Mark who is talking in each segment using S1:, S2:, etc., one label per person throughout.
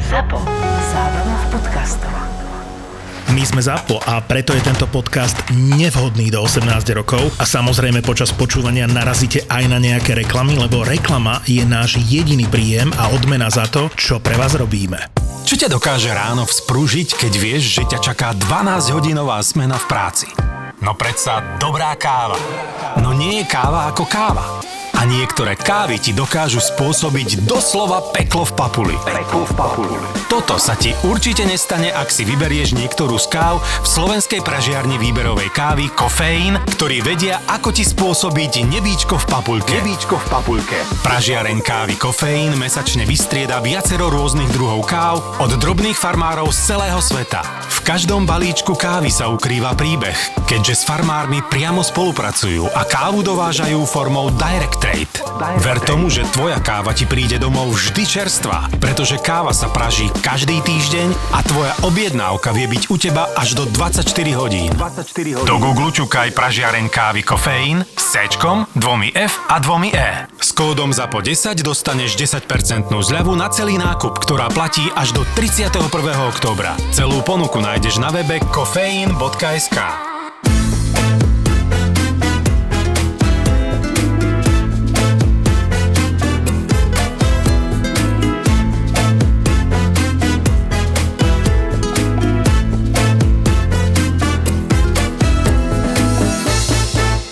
S1: ZAPO. Zábrná v podcastov.
S2: My sme ZAPO a preto je tento podcast nevhodný do 18 rokov a samozrejme počas počúvania narazíte aj na nejaké reklamy, lebo reklama je náš jediný príjem a odmena za to, čo pre vás robíme.
S3: Čo ťa dokáže ráno vzpružiť, keď vieš, že ťa čaká 12-hodinová smena v práci? No predsa dobrá káva. No nie je káva ako káva. A niektoré kávy ti dokážu spôsobiť doslova peklo v papuli. Peklo v papuli. Toto sa ti určite nestane, ak si vyberieš niektorú z káv v slovenskej pražiarni výberovej kávy Kofeín, ktorí vedia, ako ti spôsobiť nebíčko v papulke. Nebíčko v papulke. Pražiareň kávy Kofeín mesačne vystrieda viacero rôznych druhov káv od drobných farmárov z celého sveta. V každom balíčku kávy sa ukrýva príbeh, keďže s farmármi priamo spolupracujú a kávu dovážajú formou direct trade. Ver tomu, že tvoja káva ti príde domov vždy čerstvá, pretože káva sa praží každý týždeň a tvoja objednávka vie byť u teba až do 24 hodín. 24 hodín. Do Google čukaj pražiareň kávy kofeín s C, dvomi F a dvomi E. S kódom za po 10 dostaneš 10% zľavu na celý nákup, ktorá platí až do 31. októbra. Celú ponuku nájdeš na webe kofeín.sk.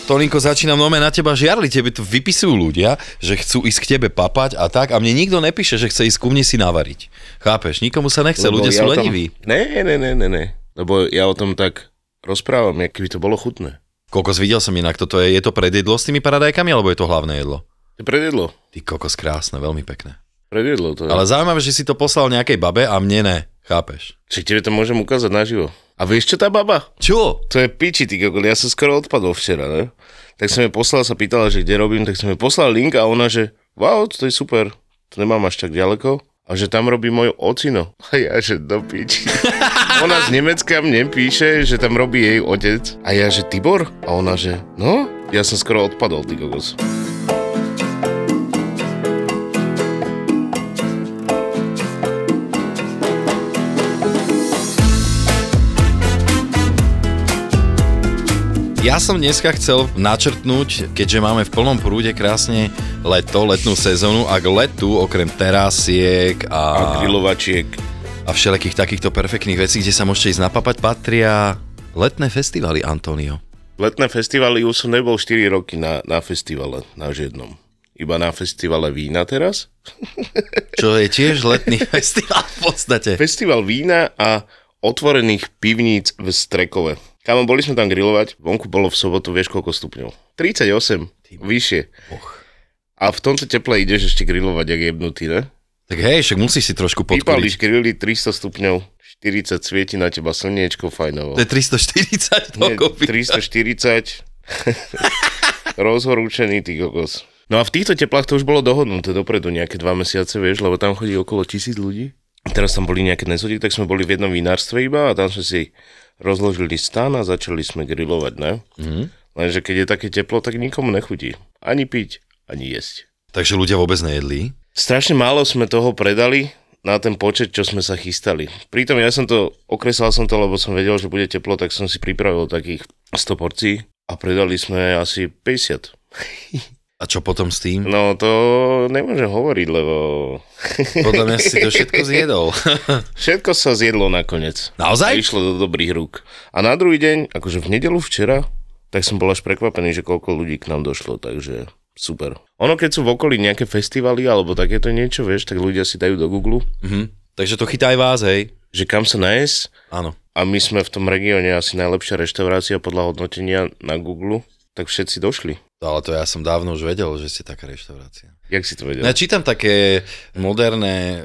S4: Tolinko, začínam nome na teba žiarli, tebe tu vypisujú ľudia, že chcú ísť k tebe papať a tak a mne nikto nepíše, že chce ísť ku mne si navariť. Chápeš? Nikomu sa nechce, ľudia
S5: ja
S4: sú
S5: o tom-
S4: leniví.
S5: Ne, ne, ne, ne, ne. Lebo ja o tom tak rozprávam, jak keby to bolo chutné.
S4: Kokos, videl som inak, toto je, je to predjedlo s tými paradajkami, alebo je to hlavné jedlo?
S5: To je predjedlo.
S4: Ty kokos, krásne, veľmi pekné.
S5: Predjedlo to. je.
S4: Ale zaujímavé, že si to poslal nejakej babe a mne ne, chápeš?
S5: Či tebe to môžem ukázať naživo. A vieš čo tá baba?
S4: Čo?
S5: To je piči, ty kokol, ja som skoro odpadol včera, ne? Tak som jej poslal, sa pýtala, že kde robím, tak som jej poslal link a ona, že wow, to je super, to nemám až tak ďaleko. A že tam robí moje ocino. A ja, že do piči. ona z Nemecka mne píše, že tam robí jej otec. A ja, že Tibor? A ona, že no? Ja som skoro odpadol, ty kokos.
S4: Ja som dneska chcel načrtnúť, keďže máme v plnom prúde krásne leto, letnú sezónu a k letu okrem terasiek
S5: A
S4: a,
S5: grilovačiek.
S4: a všelijakých takýchto perfektných vecí, kde sa môžete ísť napapať, patria letné festivaly, Antonio.
S5: Letné festivaly, už som nebol 4 roky na, na festivale, na žiadnom. Iba na festivale vína teraz.
S4: Čo je tiež letný festival v podstate.
S5: Festival vína a otvorených pivníc v Strekove. Kámo, boli sme tam grilovať, vonku bolo v sobotu, vieš koľko stupňov? 38, vyššie. A v tomto teple ideš ešte grilovať, jak jebnutý, ne?
S4: Tak hej, však musíš si trošku podkúriť.
S5: Vypališ grily 300 stupňov, 40 svieti na teba slniečko fajnovo.
S4: To je 340
S5: Nie,
S4: dokopy.
S5: 340. Rozhorúčený, ty kokos. No a v týchto teplách to už bolo dohodnuté dopredu nejaké dva mesiace, vieš, lebo tam chodí okolo tisíc ľudí. Teraz tam boli nejaké nezhody, tak sme boli v jednom vinárstve iba a tam sme si rozložili stan a začali sme grilovať, ne? Mm. Lenže keď je také teplo, tak nikomu nechutí. Ani piť, ani jesť.
S4: Takže ľudia vôbec nejedli.
S5: Strašne málo sme toho predali na ten počet, čo sme sa chystali. Pritom ja som to, okresal som to, lebo som vedel, že bude teplo, tak som si pripravil takých 100 porcií a predali sme asi 50.
S4: A čo potom s tým?
S5: No to nemôžem hovoriť, lebo
S4: Podľa mňa si to všetko zjedol.
S5: všetko sa zjedlo nakoniec.
S4: Naozaj?
S5: A išlo do dobrých rúk. A na druhý deň, akože v nedelu včera, tak som bol až prekvapený, že koľko ľudí k nám došlo, takže super. Ono, keď sú v okolí nejaké festivaly alebo takéto niečo, vieš, tak ľudia si dajú do Google,
S4: mhm. Takže to chytá aj vás, hej?
S5: že kam sa nájsť,
S4: Áno.
S5: a my sme v tom regióne asi najlepšia reštaurácia podľa hodnotenia na Google, tak všetci došli.
S4: Ale to ja som dávno už vedel, že ste taká reštaurácia.
S5: Jak si to vedel?
S4: Ja čítam také moderné,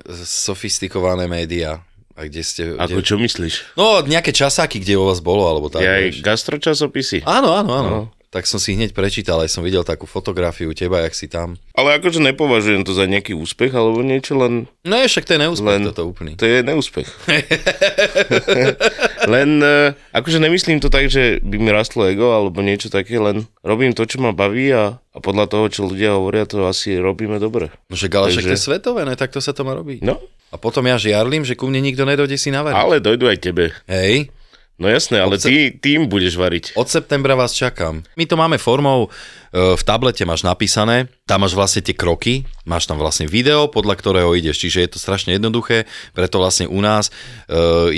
S4: sofistikované médiá. A kde ste...
S5: Ako
S4: kde...
S5: čo myslíš?
S4: No, nejaké časáky, kde o vás bolo, alebo tak.
S5: Ja
S4: vieš.
S5: aj gastročasopisy.
S4: Áno, áno, áno.
S5: No.
S4: tak som si hneď prečítal, aj som videl takú fotografiu teba, jak si tam.
S5: Ale akože nepovažujem to za nejaký úspech alebo niečo, len
S4: No je však to je neúspech
S5: Len-
S4: toto úplný.
S5: to je neúspech. len e, akože nemyslím to tak, že by mi rastlo ego alebo niečo také, len robím to, čo ma baví a, a podľa toho, čo ľudia hovoria, to asi robíme dobre.
S4: No však ale však to
S5: Takže-
S4: je svetové, ne? tak to sa to má robiť.
S5: No,
S4: A potom ja žiarlim, že ku mne nikto nedojde si navariť.
S5: ale dojdu aj tebe.
S4: Hej,
S5: No jasné, ale ty, ty im budeš variť.
S4: od septembra vás čakám. My to máme formou, e, v tablete máš napísané, tam máš vlastne tie kroky, máš tam vlastne video, podľa ktorého ideš, čiže je to strašne jednoduché, preto vlastne u nás e,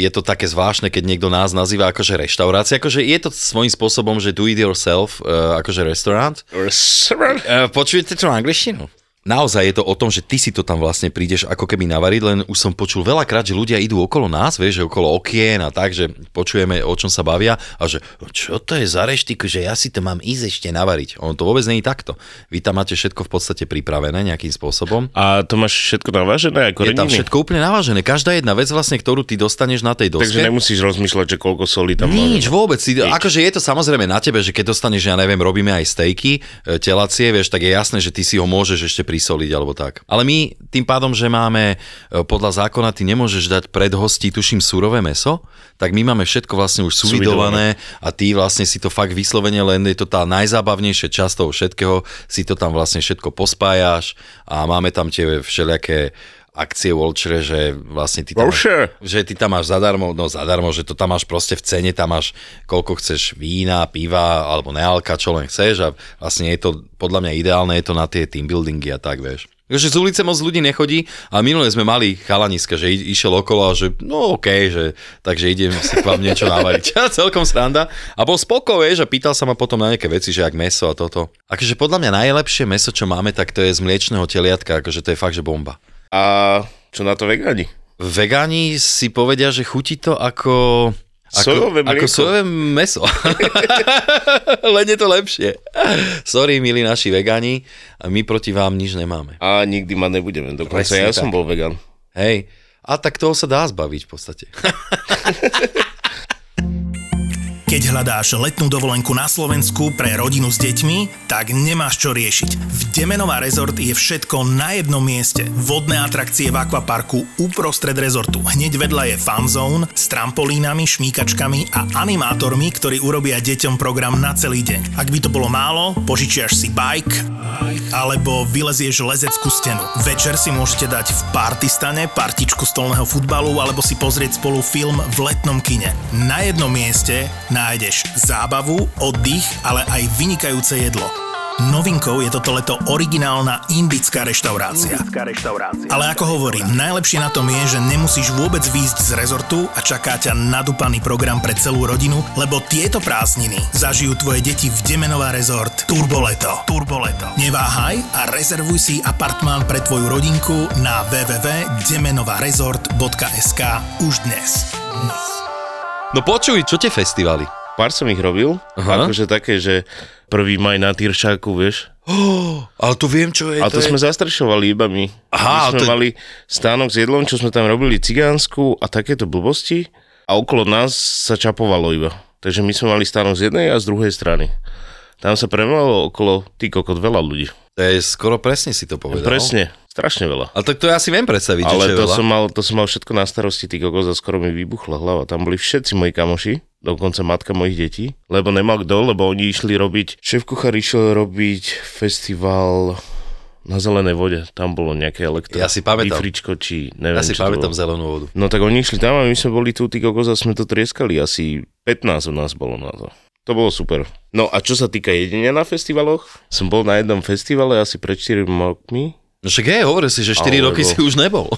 S4: je to také zvláštne, keď niekto nás nazýva akože reštaurácia, akože je to svojím spôsobom, že do it yourself, e, akože restaurant, E, počujete tú angličtinu? Naozaj je to o tom, že ty si to tam vlastne prídeš ako keby navariť, len už som počul veľakrát, že ľudia idú okolo nás, vieš, že okolo okien a tak, že počujeme, o čom sa bavia a že čo to je za reštiku, že ja si to mám ísť ešte navariť. Ono to vôbec není takto. Vy tam máte všetko v podstate pripravené nejakým spôsobom.
S5: A to máš všetko navážené ako
S4: Je tam
S5: reniny?
S4: všetko úplne navážené. Každá jedna vec vlastne, ktorú ty dostaneš na tej doske.
S5: Takže nemusíš rozmýšľať, že koľko solí tam máme.
S4: Nič, vôbec. Si, akože je to samozrejme na tebe, že keď dostaneš, ja neviem, robíme aj stejky, e, telacie, vieš, tak je jasné, že ty si ho môžeš ešte prisoliť alebo tak. Ale my tým pádom, že máme e, podľa zákona, ty nemôžeš dať pred hostí, tuším, surové meso, tak my máme všetko vlastne už suvidované a ty vlastne si to fakt vyslovene len je to tá najzábavnejšia časť toho všetkého, si to tam vlastne všetko pospájaš a máme tam tie všelijaké akcie Walchere, že vlastne ty tam
S5: Voucher.
S4: že ty tam máš zadarmo, no zadarmo, že to tam máš proste v cene, tam máš koľko chceš vína, piva alebo nealka, čo len chceš a vlastne je to podľa mňa ideálne, je to na tie team buildingy a tak, vieš. Takže z ulice moc ľudí nechodí a minule sme mali chalaniska, že i- išiel okolo a že no okej, že takže idem si k vám niečo navariť. A celkom sranda. A bol spoko, vieš, a pýtal sa ma potom na nejaké veci, že ak meso a toto. Akože podľa mňa najlepšie meso, čo máme, tak to je z mliečného teliatka, akože to je fakt, že bomba.
S5: A čo na to vegáni?
S4: Vegáni si povedia, že chutí to ako... Ako,
S5: Sojové
S4: ako
S5: mlieko.
S4: sojové meso. Len je to lepšie. Sorry, milí naši vegáni, my proti vám nič nemáme.
S5: A nikdy ma nebudeme. Dokonca
S4: Presne
S5: ja som
S4: tak.
S5: bol vegan.
S4: Hej, a tak toho sa dá zbaviť v podstate.
S3: Keď hľadáš letnú dovolenku na Slovensku pre rodinu s deťmi, tak nemáš čo riešiť. V Demenová rezort je všetko na jednom mieste. Vodné atrakcie v akvaparku uprostred rezortu. Hneď vedľa je fan zone s trampolínami, šmíkačkami a animátormi, ktorí urobia deťom program na celý deň. Ak by to bolo málo, požičiaš si bike alebo vylezieš lezeckú stenu. Večer si môžete dať v partystane partičku stolného futbalu alebo si pozrieť spolu film v letnom kine. Na jednom mieste nájdeš zábavu, oddych, ale aj vynikajúce jedlo. Novinkou je toto leto originálna indická reštaurácia. Ale ako hovorím, najlepšie na tom je, že nemusíš vôbec výjsť z rezortu a čaká ťa nadúpaný program pre celú rodinu, lebo tieto prázdniny zažijú tvoje deti v Demenová rezort Turboleto. Turboleto. Neváhaj a rezervuj si apartmán pre tvoju rodinku na www.demenovarezort.sk už dnes.
S4: No počuj, čo tie festivaly?
S5: Pár som ich robil.
S4: Aha.
S5: Akože také, že prvý maj na Tyršáku, vieš.
S4: Ale to viem, čo je.
S5: A to
S4: je-
S5: sme zastrešovali iba my.
S4: Aha,
S5: my sme
S4: to-
S5: mali stánok s jedlom, čo sme tam robili cigánsku a takéto blbosti. A okolo nás sa čapovalo iba. Takže my sme mali stánok z jednej a z druhej strany. Tam sa premlalo okolo, ty kokot, veľa ľudí.
S4: To je skoro presne si to povedal.
S5: Presne, strašne veľa.
S4: Ale tak to ja si viem predstaviť, že čo
S5: Ale
S4: je
S5: to
S4: veľa.
S5: som, mal, to som mal všetko na starosti, ty kokos, a skoro mi vybuchla hlava. Tam boli všetci moji kamoši, dokonca matka mojich detí, lebo nemal kto, lebo oni išli robiť, šéf kuchár išiel robiť festival na zelenej vode, tam bolo nejaké elektro.
S4: Ja si pamätám.
S5: Bifričko, či neviem,
S4: Ja si
S5: čo to
S4: pamätám
S5: bolo.
S4: zelenú vodu.
S5: No tak oni išli tam a my sme boli tu, ty kokos, a sme to trieskali, asi 15 u nás bolo na to. To bolo super. No a čo sa týka jedenia na festivaloch, som bol na jednom festivale asi pred 4 rokmi,
S4: No však hej, hovoril si, že 4
S5: Alebo-
S4: roky si už nebol.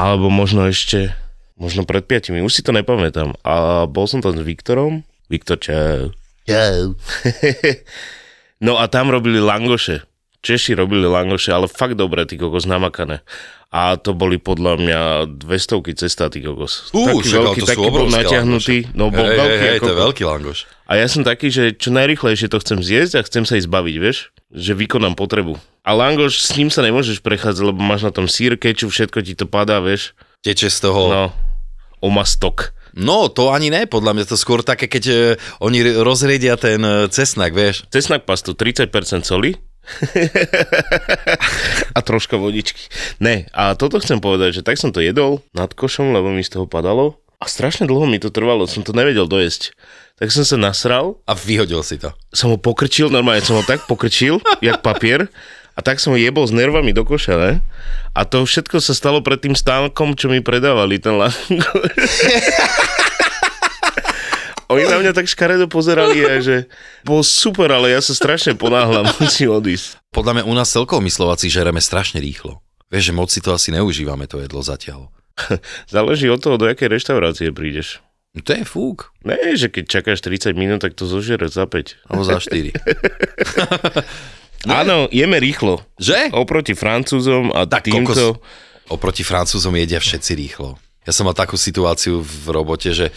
S5: Alebo možno ešte, možno pred piatimi, už si to nepamätám. A bol som tam s Viktorom. Viktor, čau. Čau. no a tam robili langoše. Češi robili langoše, ale fakt dobré, ty kokos, namakané. A to boli podľa mňa 200 cesta, ty kokos.
S4: Ú,
S5: taký
S4: však, ale
S5: veľký,
S4: to sú
S5: taký bol
S4: obrovské
S5: natiahnutý, no bol
S4: Hej,
S5: veľký.
S4: hej, hej,
S5: ako
S4: to je veľký langoš.
S5: a ja som taký, že čo najrychlejšie to chcem zjesť a chcem sa ísť baviť, vieš? Že vykonám potrebu. A langoš, s ním sa nemôžeš prechádzať, lebo máš na tom sír, kečup, všetko ti to padá, vieš?
S4: Teče z toho
S5: No, omastok.
S4: No, to ani ne, podľa mňa to skôr také, keď e, oni r- rozriedia ten e, cesnak, vieš.
S5: Cesnak pastu 30% soli a troška vodičky. Ne, a toto chcem povedať, že tak som to jedol nad košom, lebo mi z toho padalo a strašne dlho mi to trvalo, som to nevedel dojesť. Tak som sa nasral
S4: A vyhodil si to.
S5: som ho pokrčil, normálne som ho tak pokrčil, jak papier, a tak som ho jebol s nervami do koša, ne? A to všetko sa stalo pred tým stánkom, čo mi predávali ten langoš. Oni na mňa tak škaredo pozerali, a že bol super, ale ja sa strašne ponáhľam, musím odísť.
S4: Podľa mňa u nás celkovo my Slováci žereme strašne rýchlo. Vieš, že moc si to asi neužívame, to jedlo zatiaľ.
S5: Záleží od toho, do jakej reštaurácie prídeš.
S4: No To je fúk.
S5: Ne, že keď čakáš 30 minút, tak to zožere za 5.
S4: Alebo za 4.
S5: Áno, jeme rýchlo.
S4: Že?
S5: Oproti Francúzom a
S4: Tak,
S5: týmto...
S4: kokos. Oproti Francúzom jedia všetci rýchlo. Ja som mal takú situáciu v robote, že e,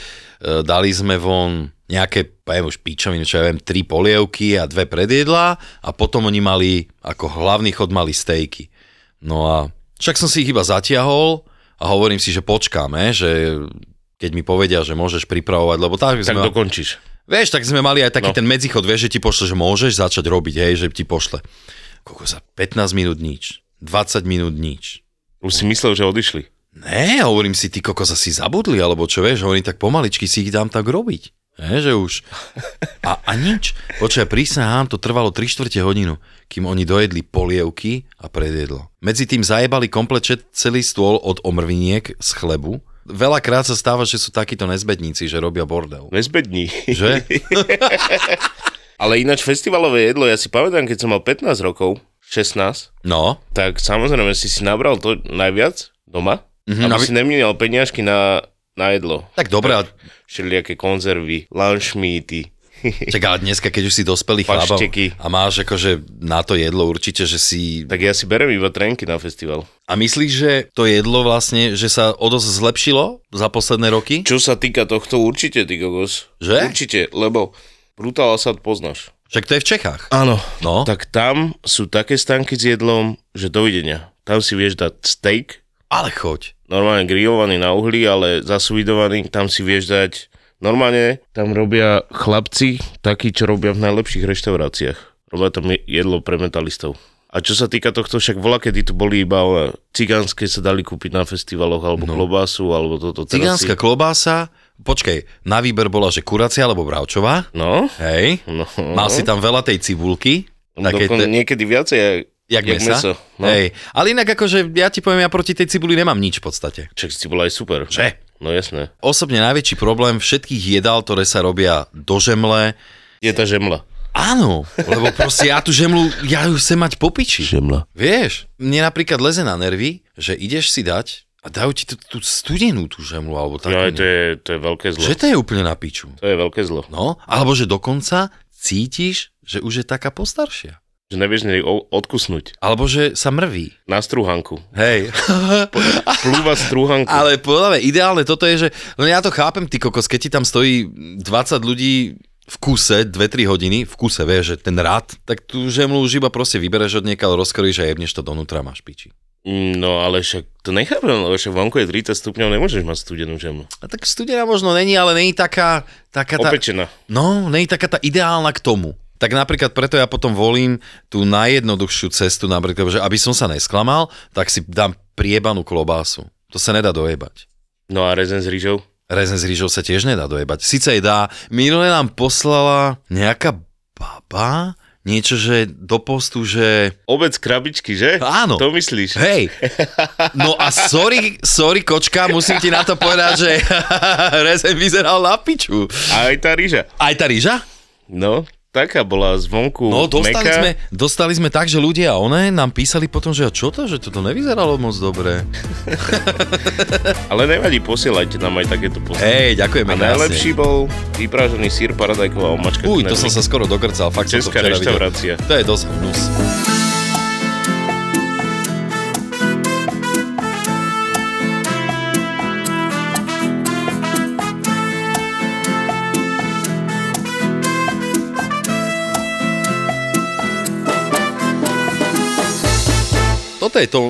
S4: dali sme von nejaké, poviem už pičoviny, čo ja viem, tri polievky a dve predjedlá a potom oni mali, ako hlavný chod mali stejky. No a však som si ich iba zatiahol a hovorím si, že počkáme, že keď mi povedia, že môžeš pripravovať, lebo tak,
S5: Tak dokončíš.
S4: Vieš, tak sme mali aj taký no. ten medzichod, vieš, že ti pošle, že môžeš začať robiť, hej, že ti pošle. Koľko za 15 minút nič, 20 minút nič.
S5: Už si myslel, že odišli.
S4: Ne, hovorím si, ty kokos asi zabudli, alebo čo vieš, hovorím, tak pomaličky si ich dám tak robiť. Ne, že už. A, a nič. Počkaj, prísahám, to trvalo 3 čtvrte hodinu, kým oni dojedli polievky a predjedlo. Medzi tým zajebali komplet čet- celý stôl od omrviniek z chlebu. Veľakrát sa stáva, že sú takíto nezbedníci, že robia bordel.
S5: Nezbední.
S4: Že?
S5: Ale ináč festivalové jedlo, ja si pamätám, keď som mal 15 rokov, 16,
S4: No.
S5: tak samozrejme si si nabral to najviac doma, mm-hmm, aby
S4: Mhm, aby-
S5: si nemínal peniažky na, na jedlo.
S4: Tak dobre, a
S5: Všelijaké konzervy, lunchmeaty.
S4: Čak, ale dneska, keď už si dospelý chlapa
S5: Pašteky.
S4: a máš akože na to jedlo určite, že si...
S5: tak ja si berem iba trenky na festival.
S4: A myslíš, že to jedlo vlastne, že sa o dosť zlepšilo za posledné roky?
S5: Čo sa týka tohto, určite, ty kokos.
S4: Že?
S5: Určite, lebo Brutal Asad poznáš.
S4: Však to je v Čechách.
S5: Áno.
S4: No.
S5: Tak tam sú také stanky s jedlom, že dovidenia. Tam si vieš dať steak,
S4: Ale choď.
S5: normálne grillovaný na uhli, ale zasuvidovaný, tam si vieš dať normálne. Tam robia chlapci, takí, čo robia v najlepších reštauráciách. Robia tam je- jedlo pre metalistov. A čo sa týka tohto, však bola, kedy tu boli iba ona, cigánske sa dali kúpiť na festivaloch, alebo no. klobásu, alebo toto. teraz
S4: Cigánska
S5: si-
S4: klobása, počkej, na výber bola, že kuracia alebo bravčová.
S5: No,
S4: Hej.
S5: no.
S4: Mal si tam veľa tej cibulky. Také
S5: Dokon,
S4: te,
S5: niekedy viacej, jak,
S4: jak mesa.
S5: No.
S4: Hej. Ale inak akože, ja ti poviem, ja proti tej cibuli nemám nič v podstate.
S5: Čak si bola aj super.
S4: Že?
S5: No jasné.
S4: Osobne najväčší problém všetkých jedál, ktoré sa robia do žemle,
S5: Je tá žemla.
S4: Áno, lebo proste ja tú žemlu, ja ju chcem mať po piči.
S5: Žemla.
S4: Vieš, mne napríklad leze na nervy, že ideš si dať a dajú ti tú, tú studenú tú žemlu, alebo tak.
S5: No aj to je, to je veľké zlo.
S4: Že to je úplne na piču.
S5: To je veľké zlo.
S4: No, alebo že dokonca cítiš, že už je taká postaršia.
S5: Že nevieš nej o- odkusnúť.
S4: Alebo že sa mrví.
S5: Na strúhanku.
S4: Hej.
S5: Plúva strúhanku.
S4: Ale podľa mňa ideálne toto je, že len ja to chápem, ty kokos, keď ti tam stojí 20 ľudí v kuse 2-3 hodiny, v kuse, vieš, že ten rád, tak tú žemlu už iba proste vybereš od niekaľ, rozkoríš a jebneš to donútra, máš piči.
S5: Mm, No ale však to nechápem, lebo však vonku je 30 stupňov, nemôžeš mať studenú žemlu.
S4: A tak studená možno není, ale není taká, taká tá,
S5: Opečená.
S4: no, není taká tá ideálna k tomu. Tak napríklad preto ja potom volím tú najjednoduchšiu cestu, napríklad, že aby som sa nesklamal, tak si dám priebanú klobásu. To sa nedá dojebať.
S5: No a rezen s rýžou?
S4: Rezen s rýžou sa tiež nedá dojebať. Sice jej dá, minule nám poslala nejaká baba, niečo, že do postu, že
S5: Obec krabičky, že?
S4: Áno.
S5: To myslíš?
S4: hej, no a sorry, sorry kočka, musím ti na to povedať, že Rezen vyzeral na piču.
S5: A aj tá rýža.
S4: Aj tá rýža?
S5: No, taká bola zvonku
S4: No, dostali
S5: meká.
S4: sme, dostali sme tak, že ľudia a one nám písali potom, že a čo to, že toto nevyzeralo moc dobre.
S5: Ale nevadí, posielajte nám aj takéto posty.
S4: Hej,
S5: a
S4: ďakujeme
S5: najlepší bol vypražený sír paradajková omačka.
S4: Uj, to som sa skoro dogrcal, fakt som to
S5: Česká
S4: včera videl.
S5: reštaurácia.
S4: To je dosť hnus. Toto je to,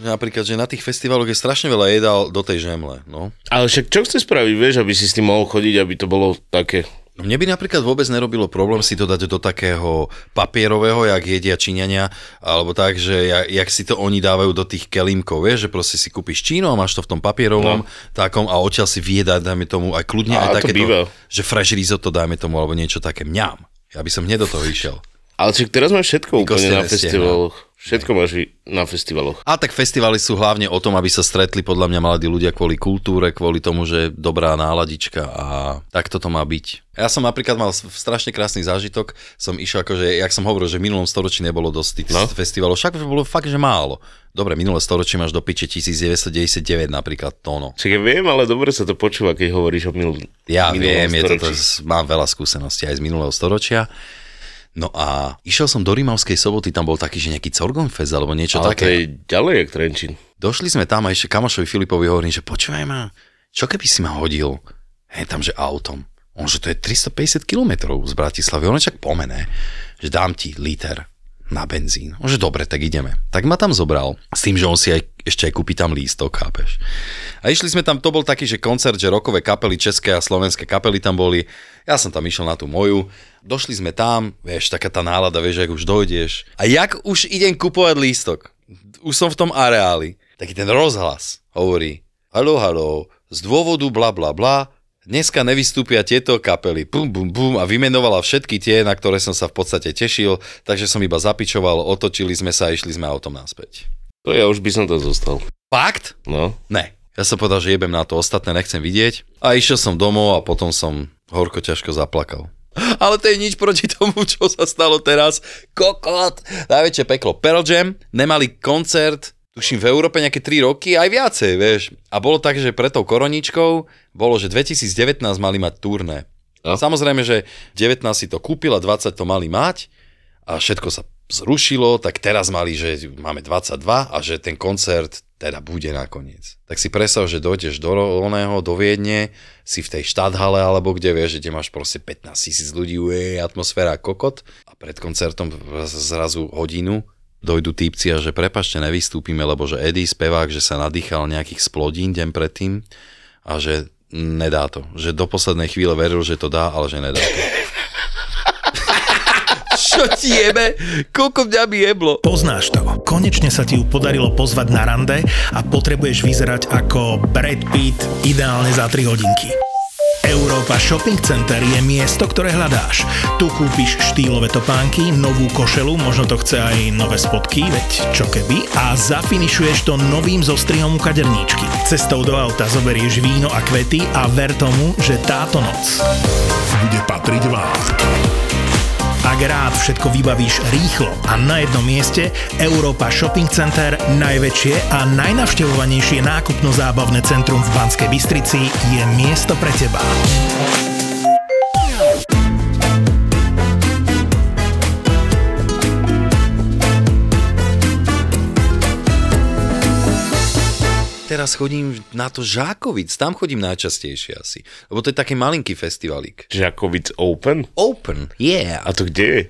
S4: Napríklad, že na tých festivaloch je strašne veľa jedál do tej žemle. No.
S5: Ale však čo chce spraviť, vieš, aby si s tým mohol chodiť, aby to bolo také...
S4: No Mne by napríklad vôbec nerobilo problém si to dať do takého papierového, jak jedia Číňania, alebo tak, že ja, jak si to oni dávajú do tých kelímkov, vieš, že proste si kúpiš Čínu a máš to v tom papierovom no. takom a odtiaľ si viedať, dajme tomu, aj kľudne
S5: A
S4: aj
S5: to býva.
S4: takéto, že fresh risotto, dajme tomu, alebo niečo také, mňam. Ja by som hneď do toho išiel.
S5: Ale však teraz máš všetko úplne na
S4: kostené stehná.
S5: festivaloch.
S4: no.
S5: Všetko máš i- na festivaloch.
S4: A tak festivály sú hlavne o tom, aby sa stretli podľa mňa mladí ľudia kvôli kultúre, kvôli tomu, že je dobrá náladička a tak toto má byť. Ja som napríklad mal s- strašne krásny zážitok, som išiel akože, jak som hovoril, že v minulom storočí nebolo dosť tých no. festivalov, však bolo fakt, že málo. Dobre, minulé storočie máš do piče 1999 napríklad tóno.
S5: Však ja viem, ale dobre sa to počúva, keď hovoríš o minul...
S4: Ja
S5: minulom
S4: viem, je
S5: storočí.
S4: toto, mám veľa skúseností aj z minulého storočia. No a išiel som do Rímavskej soboty, tam bol taký, že nejaký Corgonfest alebo niečo
S5: Ale
S4: také.
S5: to je ďalej, jak Trenčín.
S4: Došli sme tam a ešte kamošovi Filipovi hovorím, že počúvaj ma, čo keby si ma hodil, hej, tam, že autom. On, že to je 350 km z Bratislavy, on však pomene, že dám ti liter na benzín. On, že dobre, tak ideme. Tak ma tam zobral, s tým, že on si aj, ešte aj kúpi tam lístok, chápeš. A išli sme tam, to bol taký, že koncert, že rokové kapely, české a slovenské kapely tam boli. Ja som tam išiel na tú moju. Došli sme tam, vieš, taká tá nálada, vieš, ak už dojdeš. A jak už idem kupovať lístok, už som v tom areáli, taký ten rozhlas hovorí, halo, halo, z dôvodu bla bla bla, dneska nevystúpia tieto kapely, bum, bum, bum a vymenovala všetky tie, na ktoré som sa v podstate tešil, takže som iba zapičoval, otočili sme sa a išli sme autom naspäť.
S5: To ja už by som tam zostal.
S4: Fakt?
S5: No.
S4: Ne. Ja som povedal, že jebem na to ostatné, nechcem vidieť. A išiel som domov a potom som horko ťažko zaplakal. Ale to je nič proti tomu, čo sa stalo teraz. Kokot! Najväčšie peklo. Pearl Jam nemali koncert, tuším v Európe nejaké 3 roky, aj viacej, vieš. A bolo tak, že pre tou koroničkou bolo, že 2019 mali mať turné.
S5: No.
S4: Samozrejme, že 19 si to kúpil a 20 to mali mať a všetko sa zrušilo, tak teraz mali, že máme 22 a že ten koncert teda bude nakoniec. Tak si predstav, že dojdeš do Rolného, do Viedne, si v tej štádhale alebo kde vieš, že kde máš proste 15 tisíc ľudí, uje, atmosféra kokot a pred koncertom z- zrazu hodinu dojdu típci a že prepašte, nevystúpime, lebo že Eddie, spevák, že sa nadýchal nejakých splodín deň predtým a že nedá to. Že do poslednej chvíle veril, že to dá, ale že nedá to. Čo ti jebe? Koľko mňa by jeblo?
S3: Poznáš to. Konečne sa ti ju podarilo pozvať na rande a potrebuješ vyzerať ako Brad Pitt ideálne za 3 hodinky. Európa Shopping Center je miesto, ktoré hľadáš. Tu kúpiš štýlové topánky, novú košelu, možno to chce aj nové spodky, veď čo keby, a zafinišuješ to novým zostrihom kaderníčky. Cestou do auta zoberieš víno a kvety a ver tomu, že táto noc bude patriť vám. Ak rád všetko vybavíš rýchlo a na jednom mieste, Európa Shopping Center, najväčšie a najnavštevovanejšie nákupno-zábavné centrum v Banskej Bystrici, je miesto pre teba.
S4: Teraz chodím na to Žákovic, tam chodím najčastejšie asi. Lebo to je taký malinký festivalík.
S5: Žakovic Open?
S4: Open, yeah.
S5: A to kde je?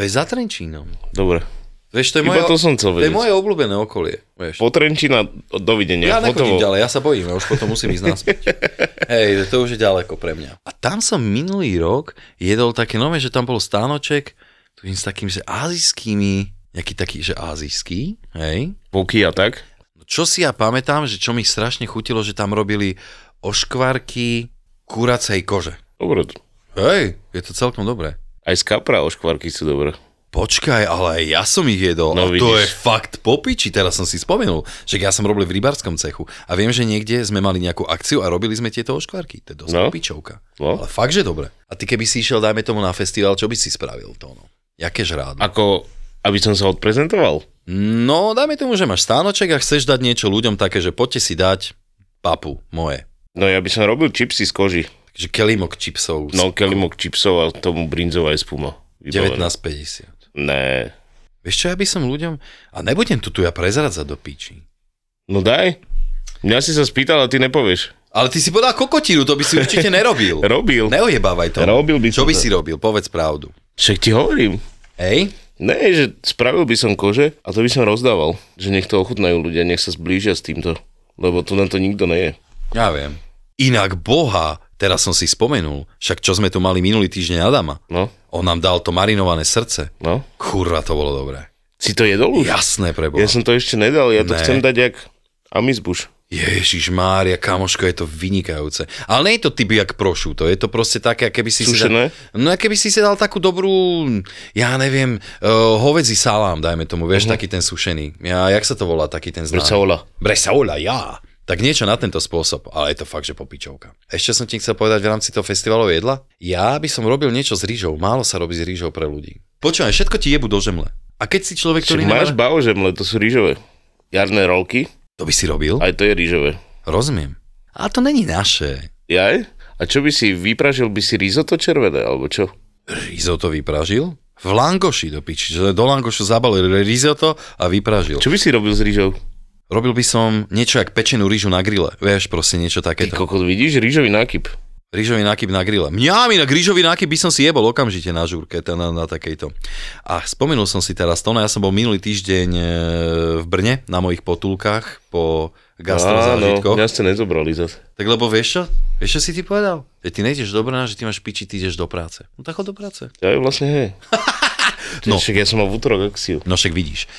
S4: To je za Trenčínom.
S5: Dobre.
S4: Vieš, to je,
S5: Iba
S4: moje,
S5: to som chcel
S4: to je
S5: vedieť.
S4: moje obľúbené okolie. Vieš.
S5: Po Trenčína, dovidenia.
S4: Ja nechodím
S5: hotovo.
S4: ďalej, ja sa bojím, ja už potom musím ísť naspäť. Hej, to už je ďaleko pre mňa. A tam som minulý rok jedol také nové, že tam bol stánoček tuším, s takým, že azijskými, nejaký taký, že azijský, hej,
S5: Poky a tak?
S4: No, Čo si ja pamätám, že čo mi strašne chutilo, že tam robili oškvarky kuracej kože.
S5: Dobre.
S4: Hej, je to celkom dobré.
S5: Aj z kapra oškvarky sú dobré.
S4: Počkaj, ale aj ja som ich jedol. a
S5: No,
S4: to je
S5: vidíš.
S4: fakt popiči, teraz som si spomenul, že ja som robil v rybárskom cechu a viem, že niekde sme mali nejakú akciu a robili sme tieto oškvarky. To je dosť no.
S5: No.
S4: pičovka.
S5: No.
S4: Ale fakt, že dobre. A ty keby si išiel, dajme tomu na festival, čo by si spravil to? No? Jaké žrádlo?
S5: Ako, aby som sa odprezentoval?
S4: No, dajme tomu, že máš stánoček a chceš dať niečo ľuďom také, že poďte si dať papu moje.
S5: No ja by som robil čipsy z koži.
S4: Takže kelimok čipsov.
S5: No kelimok čipsov a tomu brinzová je spuma. Vybavené.
S4: 19,50.
S5: Né.
S4: Vieš čo, ja by som ľuďom... A nebudem tu tu ja prezradzať do píči.
S5: No daj. Mňa si sa spýtal a ty nepovieš.
S4: Ale ty si podal kokotinu, to by si určite nerobil.
S5: Robil.
S4: Neojebávaj to.
S5: Robil by
S4: Čo
S5: som
S4: by
S5: to.
S4: si robil? Povedz pravdu.
S5: Však ti hovorím.
S4: Hej?
S5: Ne, že spravil by som kože a to by som rozdával. Že nech to ochutnajú ľudia, nech sa zblížia s týmto. Lebo tu na to nikto neje.
S4: Ja viem. Inak boha, teraz som si spomenul, však čo sme tu mali minulý týždeň Adama.
S5: No,
S4: On nám dal to marinované srdce.
S5: no.
S4: Kurva, to bolo dobré.
S5: Si to jedol už?
S4: Jasné preboha.
S5: Ja som to ešte nedal, ja to
S4: Ne.
S5: chcem dať jak amizbuš.
S4: Ježiš Mária, kamoško, je to vynikajúce. Ale nie je to typ jak prošuto, je to proste také, keby si si
S5: Sušené?
S4: dal, No keby si si dal takú dobrú, ja neviem, uh, hovedzi salám, dajme tomu, vieš, uh-huh. taký ten sušený. Ja, jak sa to volá, taký ten známy?
S5: Mhm. Bresaola.
S4: Bresaola, ja. Tak niečo na tento spôsob, ale je to fakt, že popičovka. Ešte som ti chcel povedať v rámci toho festivalu jedla. Ja by som robil niečo s rýžou, málo sa robí s rýžou pre ľudí. Počúvaj, všetko ti jebu do žemle. A keď si človek, ktorý
S5: Čiže máš
S4: nemá...
S5: baožemle, to sú rýžové. Jarné rolky,
S4: To by si robil?
S5: aj to je rýžové.
S4: Rozumiem. A to není naše.
S5: Jaj? A čo by si vypražil, by si risotto červené, alebo čo?
S4: Risotto vypražil? V langoši do piči, že do langošu zabalil risotto a vypražil.
S5: Čo by si robil s rýžou?
S4: Robil by som niečo jak pečenú rýžu na grille, vieš, proste niečo
S5: Ty
S4: takéto.
S5: kokot, vidíš? Rýžový nákyp.
S4: Rýžový nákyp na grille. Mňam, inak rýžový nákyp by som si jebol okamžite na žurke, ten, na, na takejto. A spomenul som si teraz to, no ja som bol minulý týždeň e, v Brne na mojich potulkách po gastrozážitkoch.
S5: mňa ste nezobrali zase.
S4: Tak lebo vieš čo? Vieš čo si ty povedal? Že ty nejdeš do Brna, že ty máš piči, ty ideš do práce. No tak chod do práce.
S5: Ja je vlastne hej.
S4: No.
S5: no. Však ja som mal v útorok akciu.
S4: No však vidíš.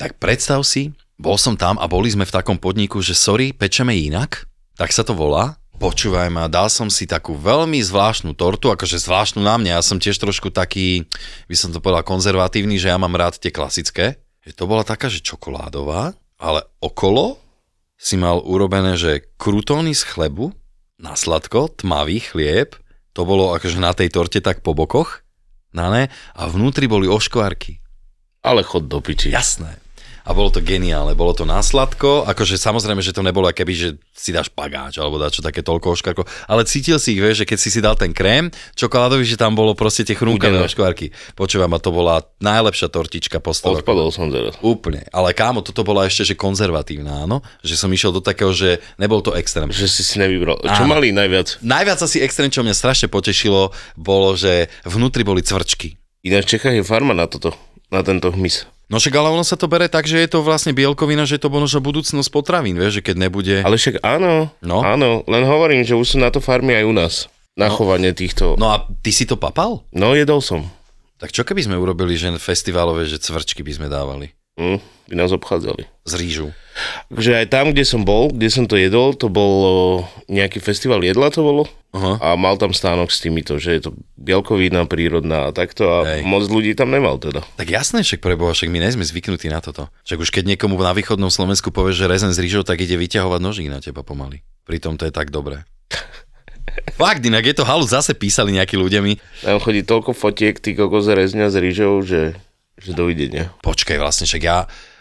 S4: Tak predstav si, bol som tam a boli sme v takom podniku, že sorry, pečeme inak, tak sa to volá. Počúvaj ma, dal som si takú veľmi zvláštnu tortu, akože zvláštnu na mňa, ja som tiež trošku taký, by som to povedal, konzervatívny, že ja mám rád tie klasické. Že to bola taká, že čokoládová, ale okolo si mal urobené, že krutóny z chlebu, na sladko, tmavý chlieb, to bolo akože na tej torte tak po bokoch, na ne, a vnútri boli oškvárky.
S5: Ale chod do piči.
S4: Jasné. A bolo to geniálne, bolo to násladko, akože samozrejme, že to nebolo keby, že si dáš pagáč alebo dáš čo také toľko oškvarkov, ale cítil si ich, vieš, že keď si si dal ten krém čokoládový, že tam bolo proste tie chrúkané
S5: Udené.
S4: oškvarky. Počúvaj ma, to bola najlepšia tortička po 100 rokoch.
S5: Odpadol som teraz.
S4: Úplne, ale kámo, toto bola ešte, že konzervatívna, áno, že som išiel do takého, že nebol to extrém.
S5: Že si si nevybral. Čo
S4: Áno.
S5: mali najviac?
S4: Najviac asi extrém, čo mňa strašne potešilo, bolo, že vnútri boli cvrčky.
S5: Ináč v Čechách je farma na toto. Na tento hmyz.
S4: No však ale ono sa to bere tak, že je to vlastne bielkovina, že je to možno budúcnosť potravín, vieš, že keď nebude...
S5: Ale však áno,
S4: Eh. No.
S5: áno, len hovorím, že už sú na to farmy aj u nás. Na chovanie týchto. No.
S4: No a ty si to papal?
S5: no, jedol som.
S4: Tak čo keby sme urobili, že festivalové, že cvrčky by sme dávali
S5: Hm, by nás obchádzali.
S4: z rýžu?
S5: Takže aj tam, kde som bol, kde som to jedol, to bol nejaký festival jedla to bolo.
S4: Aha.
S5: A mal tam stánok s týmito, že je to bielkovina prírodná a takto a
S4: Hej.
S5: Hej. moc ľudí tam nemal teda.
S4: Tak jasné, však preboha, však my nejsme zvyknutí na toto. Však už keď niekomu na východnom Slovensku povieš, že rezen s rýžou, tak ide vyťahovať nožík na teba pomaly. Pritom to je tak dobré. Fakt, inak je to halu, zase písali nejakí ľudia mi.
S5: Tam chodí toľko fotiek, ty kokos rezňa s rýžou, že, že dovidenia.
S4: Počkaj, vlastne však ja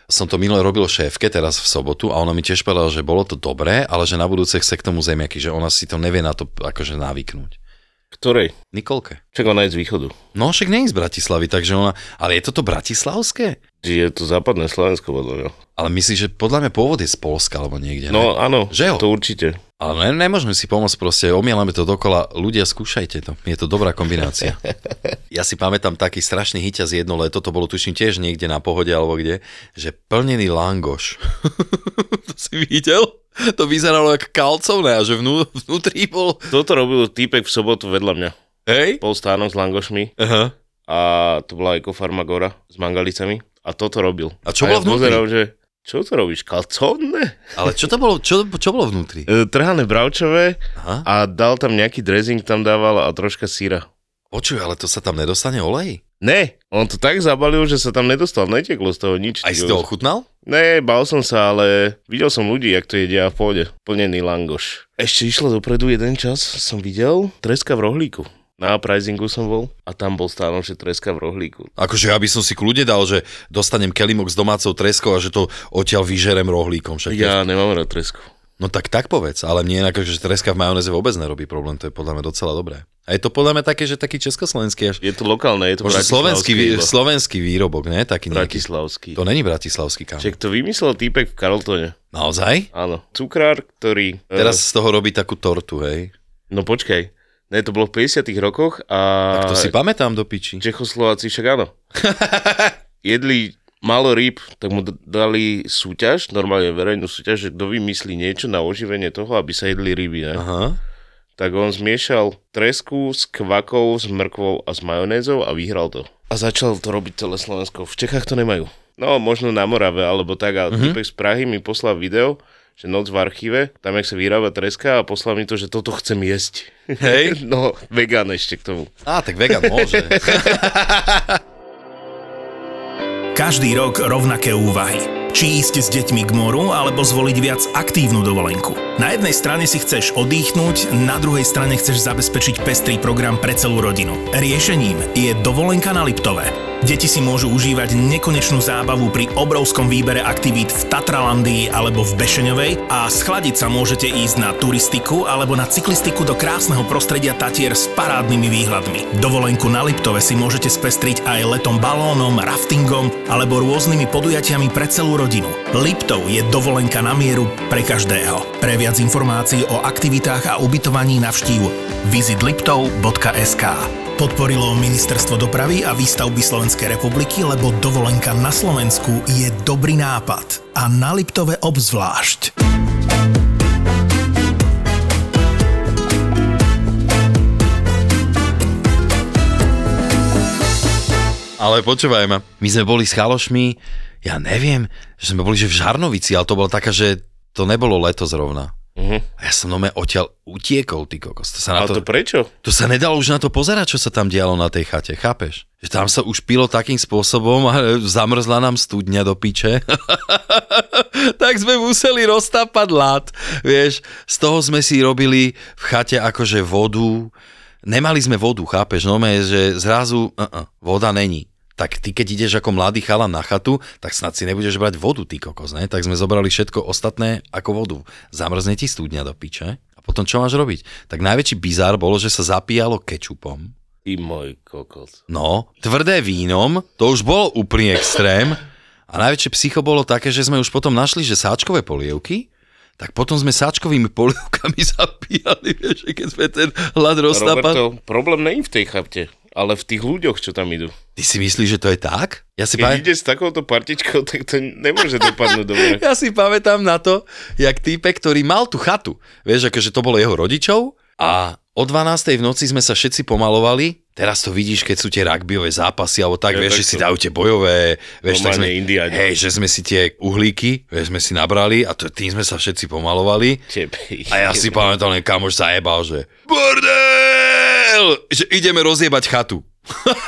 S4: som to minule robil šéfke teraz v sobotu a ona mi tiež povedala, že bolo to dobré, ale že na budúce chce k tomu zemiaky, že ona si to nevie na to akože navyknúť.
S5: Ktorej?
S4: Nikolke.
S5: Čak ona je z východu.
S4: No však nie je z Bratislavy, takže ona... Ale je toto bratislavské?
S5: Čiže je to západné Slovensko podľa mňa.
S4: Ale myslím, že podľa mňa pôvod je z Polska alebo niekde.
S5: No
S4: Ne?
S5: áno,
S4: Že jo?
S5: to určite.
S4: Ale ne, nemôžeme si pomôcť proste, omielame to dokola. Ľudia, skúšajte to. Je to dobrá kombinácia. ja si pamätám taký strašný hyťaz jedno leto, to bolo tuším tiež niekde na pohode alebo kde, že plnený langoš. to si videl? To vyzeralo ako kalcovné a že vnú, vnútri bol...
S5: Toto robil týpek v sobotu vedľa mňa.
S4: Hej?
S5: Pol stánok s langošmi
S4: Aha.
S5: a to bola ekofarma Gora s mangalicami a toto robil.
S4: A čo
S5: a
S4: bolo
S5: ja
S4: vnútri?
S5: pozeral, že čo to robíš, kalcónne?
S4: Ale čo to bolo, čo, čo bolo vnútri?
S5: E, Trhané bravčové
S4: Aha.
S5: a dal tam nejaký dressing, tam dával a troška síra.
S4: Počuj, ale to sa tam nedostane olej?
S5: Ne, on to tak zabalil, že sa tam nedostal, neteklo z toho nič.
S4: Aj
S5: ty
S4: si to
S5: kokos.
S4: ochutnal?
S5: Ne, bál som sa, ale videl som ľudí, jak to jedia v pôde. Plnený langoš. Ešte išlo dopredu jeden čas, som videl treska v rohlíku. Na prizingu som bol a tam bol stále, že treska v rohlíku.
S4: Akože ja by som si kľude dal, že dostanem kelimok s domácou treskou a že to odtiaľ vyžerem rohlíkom. Však ja.
S5: Ja nemám rád tresku.
S4: No tak tak povedz, ale mne inak, že treska v majoneze vôbec nerobí problém, to je podľa mňa docela dobré. A je to podľa mňa také, že taký československý až...
S5: Je to lokálne, je to
S4: Možno slovenský, vý,
S5: iba.
S4: slovenský výrobok, ne? Taký nejaký.
S5: Bratislavský.
S4: To není bratislavský kam.
S5: Však to vymyslel týpek v Karltone.
S4: Naozaj?
S5: Áno. Cukrár, ktorý...
S4: Teraz z toho robí takú tortu, hej?
S5: E, no počkaj. Ne, to bolo v 50 rokoch a...
S4: Tak to si pamätám do piči.
S5: Čechoslováci však áno. Jedli málo rýb, tak mu d- dali súťaž, normálne verejnú súťaž, že kto vymyslí niečo na oživenie toho, aby sa jedli ryby. Ne?
S4: Aha.
S5: Tak on zmiešal tresku s kvakou, s mrkvou a s majonézou a vyhral to. A začal to robiť celé Slovensko. V Čechách to nemajú. No, možno na Morave alebo tak. A mm-hmm. z Prahy mi poslal video, že noc v archíve, tam jak sa vyrába treska a poslal mi to, že toto chcem jesť.
S4: Hej.
S5: no, vegán ešte k tomu.
S4: Á, tak vegan môže.
S3: Každý rok rovnaké úvahy. Či ísť s deťmi k moru, alebo zvoliť viac aktívnu dovolenku. Na jednej strane si chceš oddychnúť, na druhej strane chceš zabezpečiť pestrý program pre celú rodinu. Riešením je dovolenka na Liptove. Deti si môžu užívať nekonečnú zábavu pri obrovskom výbere aktivít v Tatralandii alebo v Bešeňovej a schladiť sa môžete ísť na turistiku alebo na cyklistiku do krásneho prostredia Tatier s parádnymi výhľadmi. Dovolenku na Liptove si môžete spestriť aj letom balónom, raftingom alebo rôznymi podujatiami pre celú rodinu. Liptov je dovolenka na mieru pre každého. Pre viac informácií o aktivitách a ubytovaní navštív visitliptov.sk Podporilo Ministerstvo dopravy a výstavby Slovenskej republiky, lebo dovolenka na Slovensku je dobrý nápad. A na Liptove obzvlášť.
S4: Ale počúvaj ma. My sme boli s chalošmi, ja neviem, že sme boli že v Žarnovici, ale to bolo taká, že to nebolo leto zrovna. Uh-huh. A ja som nome odtiaľ utiekol, ty kokos. To sa na
S5: A to prečo?
S4: To sa nedalo už na to pozerať, čo sa tam dialo na tej chate, chápeš? Že tam sa už pilo takým spôsobom a e, zamrzla nám studňa do piče. tak sme museli roztápať lát, vieš. Z toho sme si robili v chate akože vodu. Nemali sme vodu, chápeš? No že zrazu uh-uh, voda není. Tak ty, keď ideš ako mladý chalan na chatu, tak snad si nebudeš brať vodu, ty kokos, ne? Tak sme zobrali všetko ostatné ako vodu. Zamrzne ti studňa do piče. A potom čo máš robiť? Tak najväčší bizár bolo, že sa zapíjalo kečupom.
S5: I môj kokot.
S4: No, tvrdé vínom, to už bol úplný extrém. A najväčšie psycho bolo také, že sme už potom našli, že sáčkové polievky, tak potom sme sáčkovými polievkami zapíjali, vieš, že keď sme ten hlad roztápali.
S5: Roberto, problém není v tej chapte, ale v tých ľuďoch, čo tam idú.
S4: Ty si myslíš, že to je tak? Ja si
S5: Keď ide s takouto partičkou, tak to nemôže dopadnúť dobre.
S4: Ja si pamätám na to, jak týpek, ktorý mal tú chatu, vieš, akože to bolo jeho rodičov a o 12. v noci sme sa všetci pomalovali, teraz to vidíš, keď sú tie rugbyové zápasy alebo tak,
S5: Je,
S4: vieš,
S5: tak
S4: že si
S5: sú.
S4: dajú tie bojové, vieš, tak sme,
S5: Normálne Indiáni.
S4: hej, že sme si tie uhlíky, vieš, sme si nabrali a to, tým sme sa všetci pomalovali
S5: Tebe.
S4: a ja si pamätám, len kamoš zajebal, že bordel, že ideme rozjebať chatu.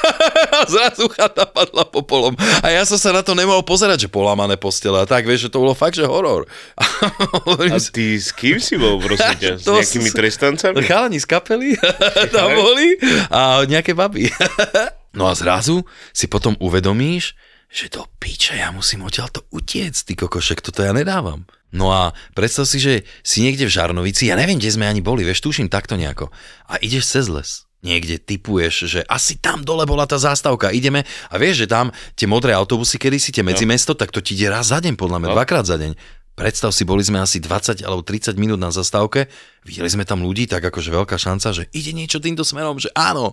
S4: a zrazu chata padla popolom. A ja som sa na to nemohol pozerať, že polamané postele a tak, vieš, že to bolo fakt, že horor. A hovorím
S5: A
S4: si,
S5: ty s kým si bol, prosím ťa? S
S4: To
S5: nejakými
S4: s-
S5: trestancami?
S4: Chalani z kapely tam
S5: Hej.
S4: boli a nejaké baby. no a zrazu si potom uvedomíš, že to piče, ja musím odtiaľ to utiec, ty kokošek, toto ja nedávam. No a predstav si, že si niekde v Žarnovici, ja neviem, kde sme ani boli, vieš, tuším takto nejako. A ideš cez les. Niekde typuješ, že asi tam dole bola tá zástavka, ideme a vieš, že tam tie modré autobusy, kedy si tie medzimesto, tak to ti ide raz za deň, podľa mňa, dvakrát za deň. Predstav si, boli sme asi 20 alebo 30 minút na zastávke, videli sme tam ľudí, tak akože veľká šanca, že ide niečo týmto smerom, že áno.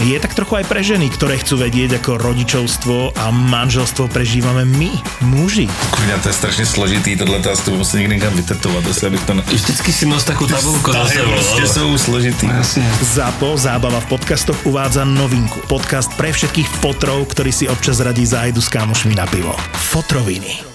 S2: je tak trochu aj pre ženy, ktoré chcú vedieť, ako rodičovstvo a manželstvo prežívame my, muži.
S6: Kurňa, to je strašně složitý, tohle to asi musím někde někam vytetovat, jestli abych to ne...
S7: Vždycky si nos takú tabulku za
S6: Tahy
S7: sebou.
S6: prostě jsou složitý.
S2: ZAPO Zábava v podcastoch uvádza novinku. Podcast pre všetkých fotrov, ktorí si občas radí zájdu s kámošmi na pivo. Fotroviny.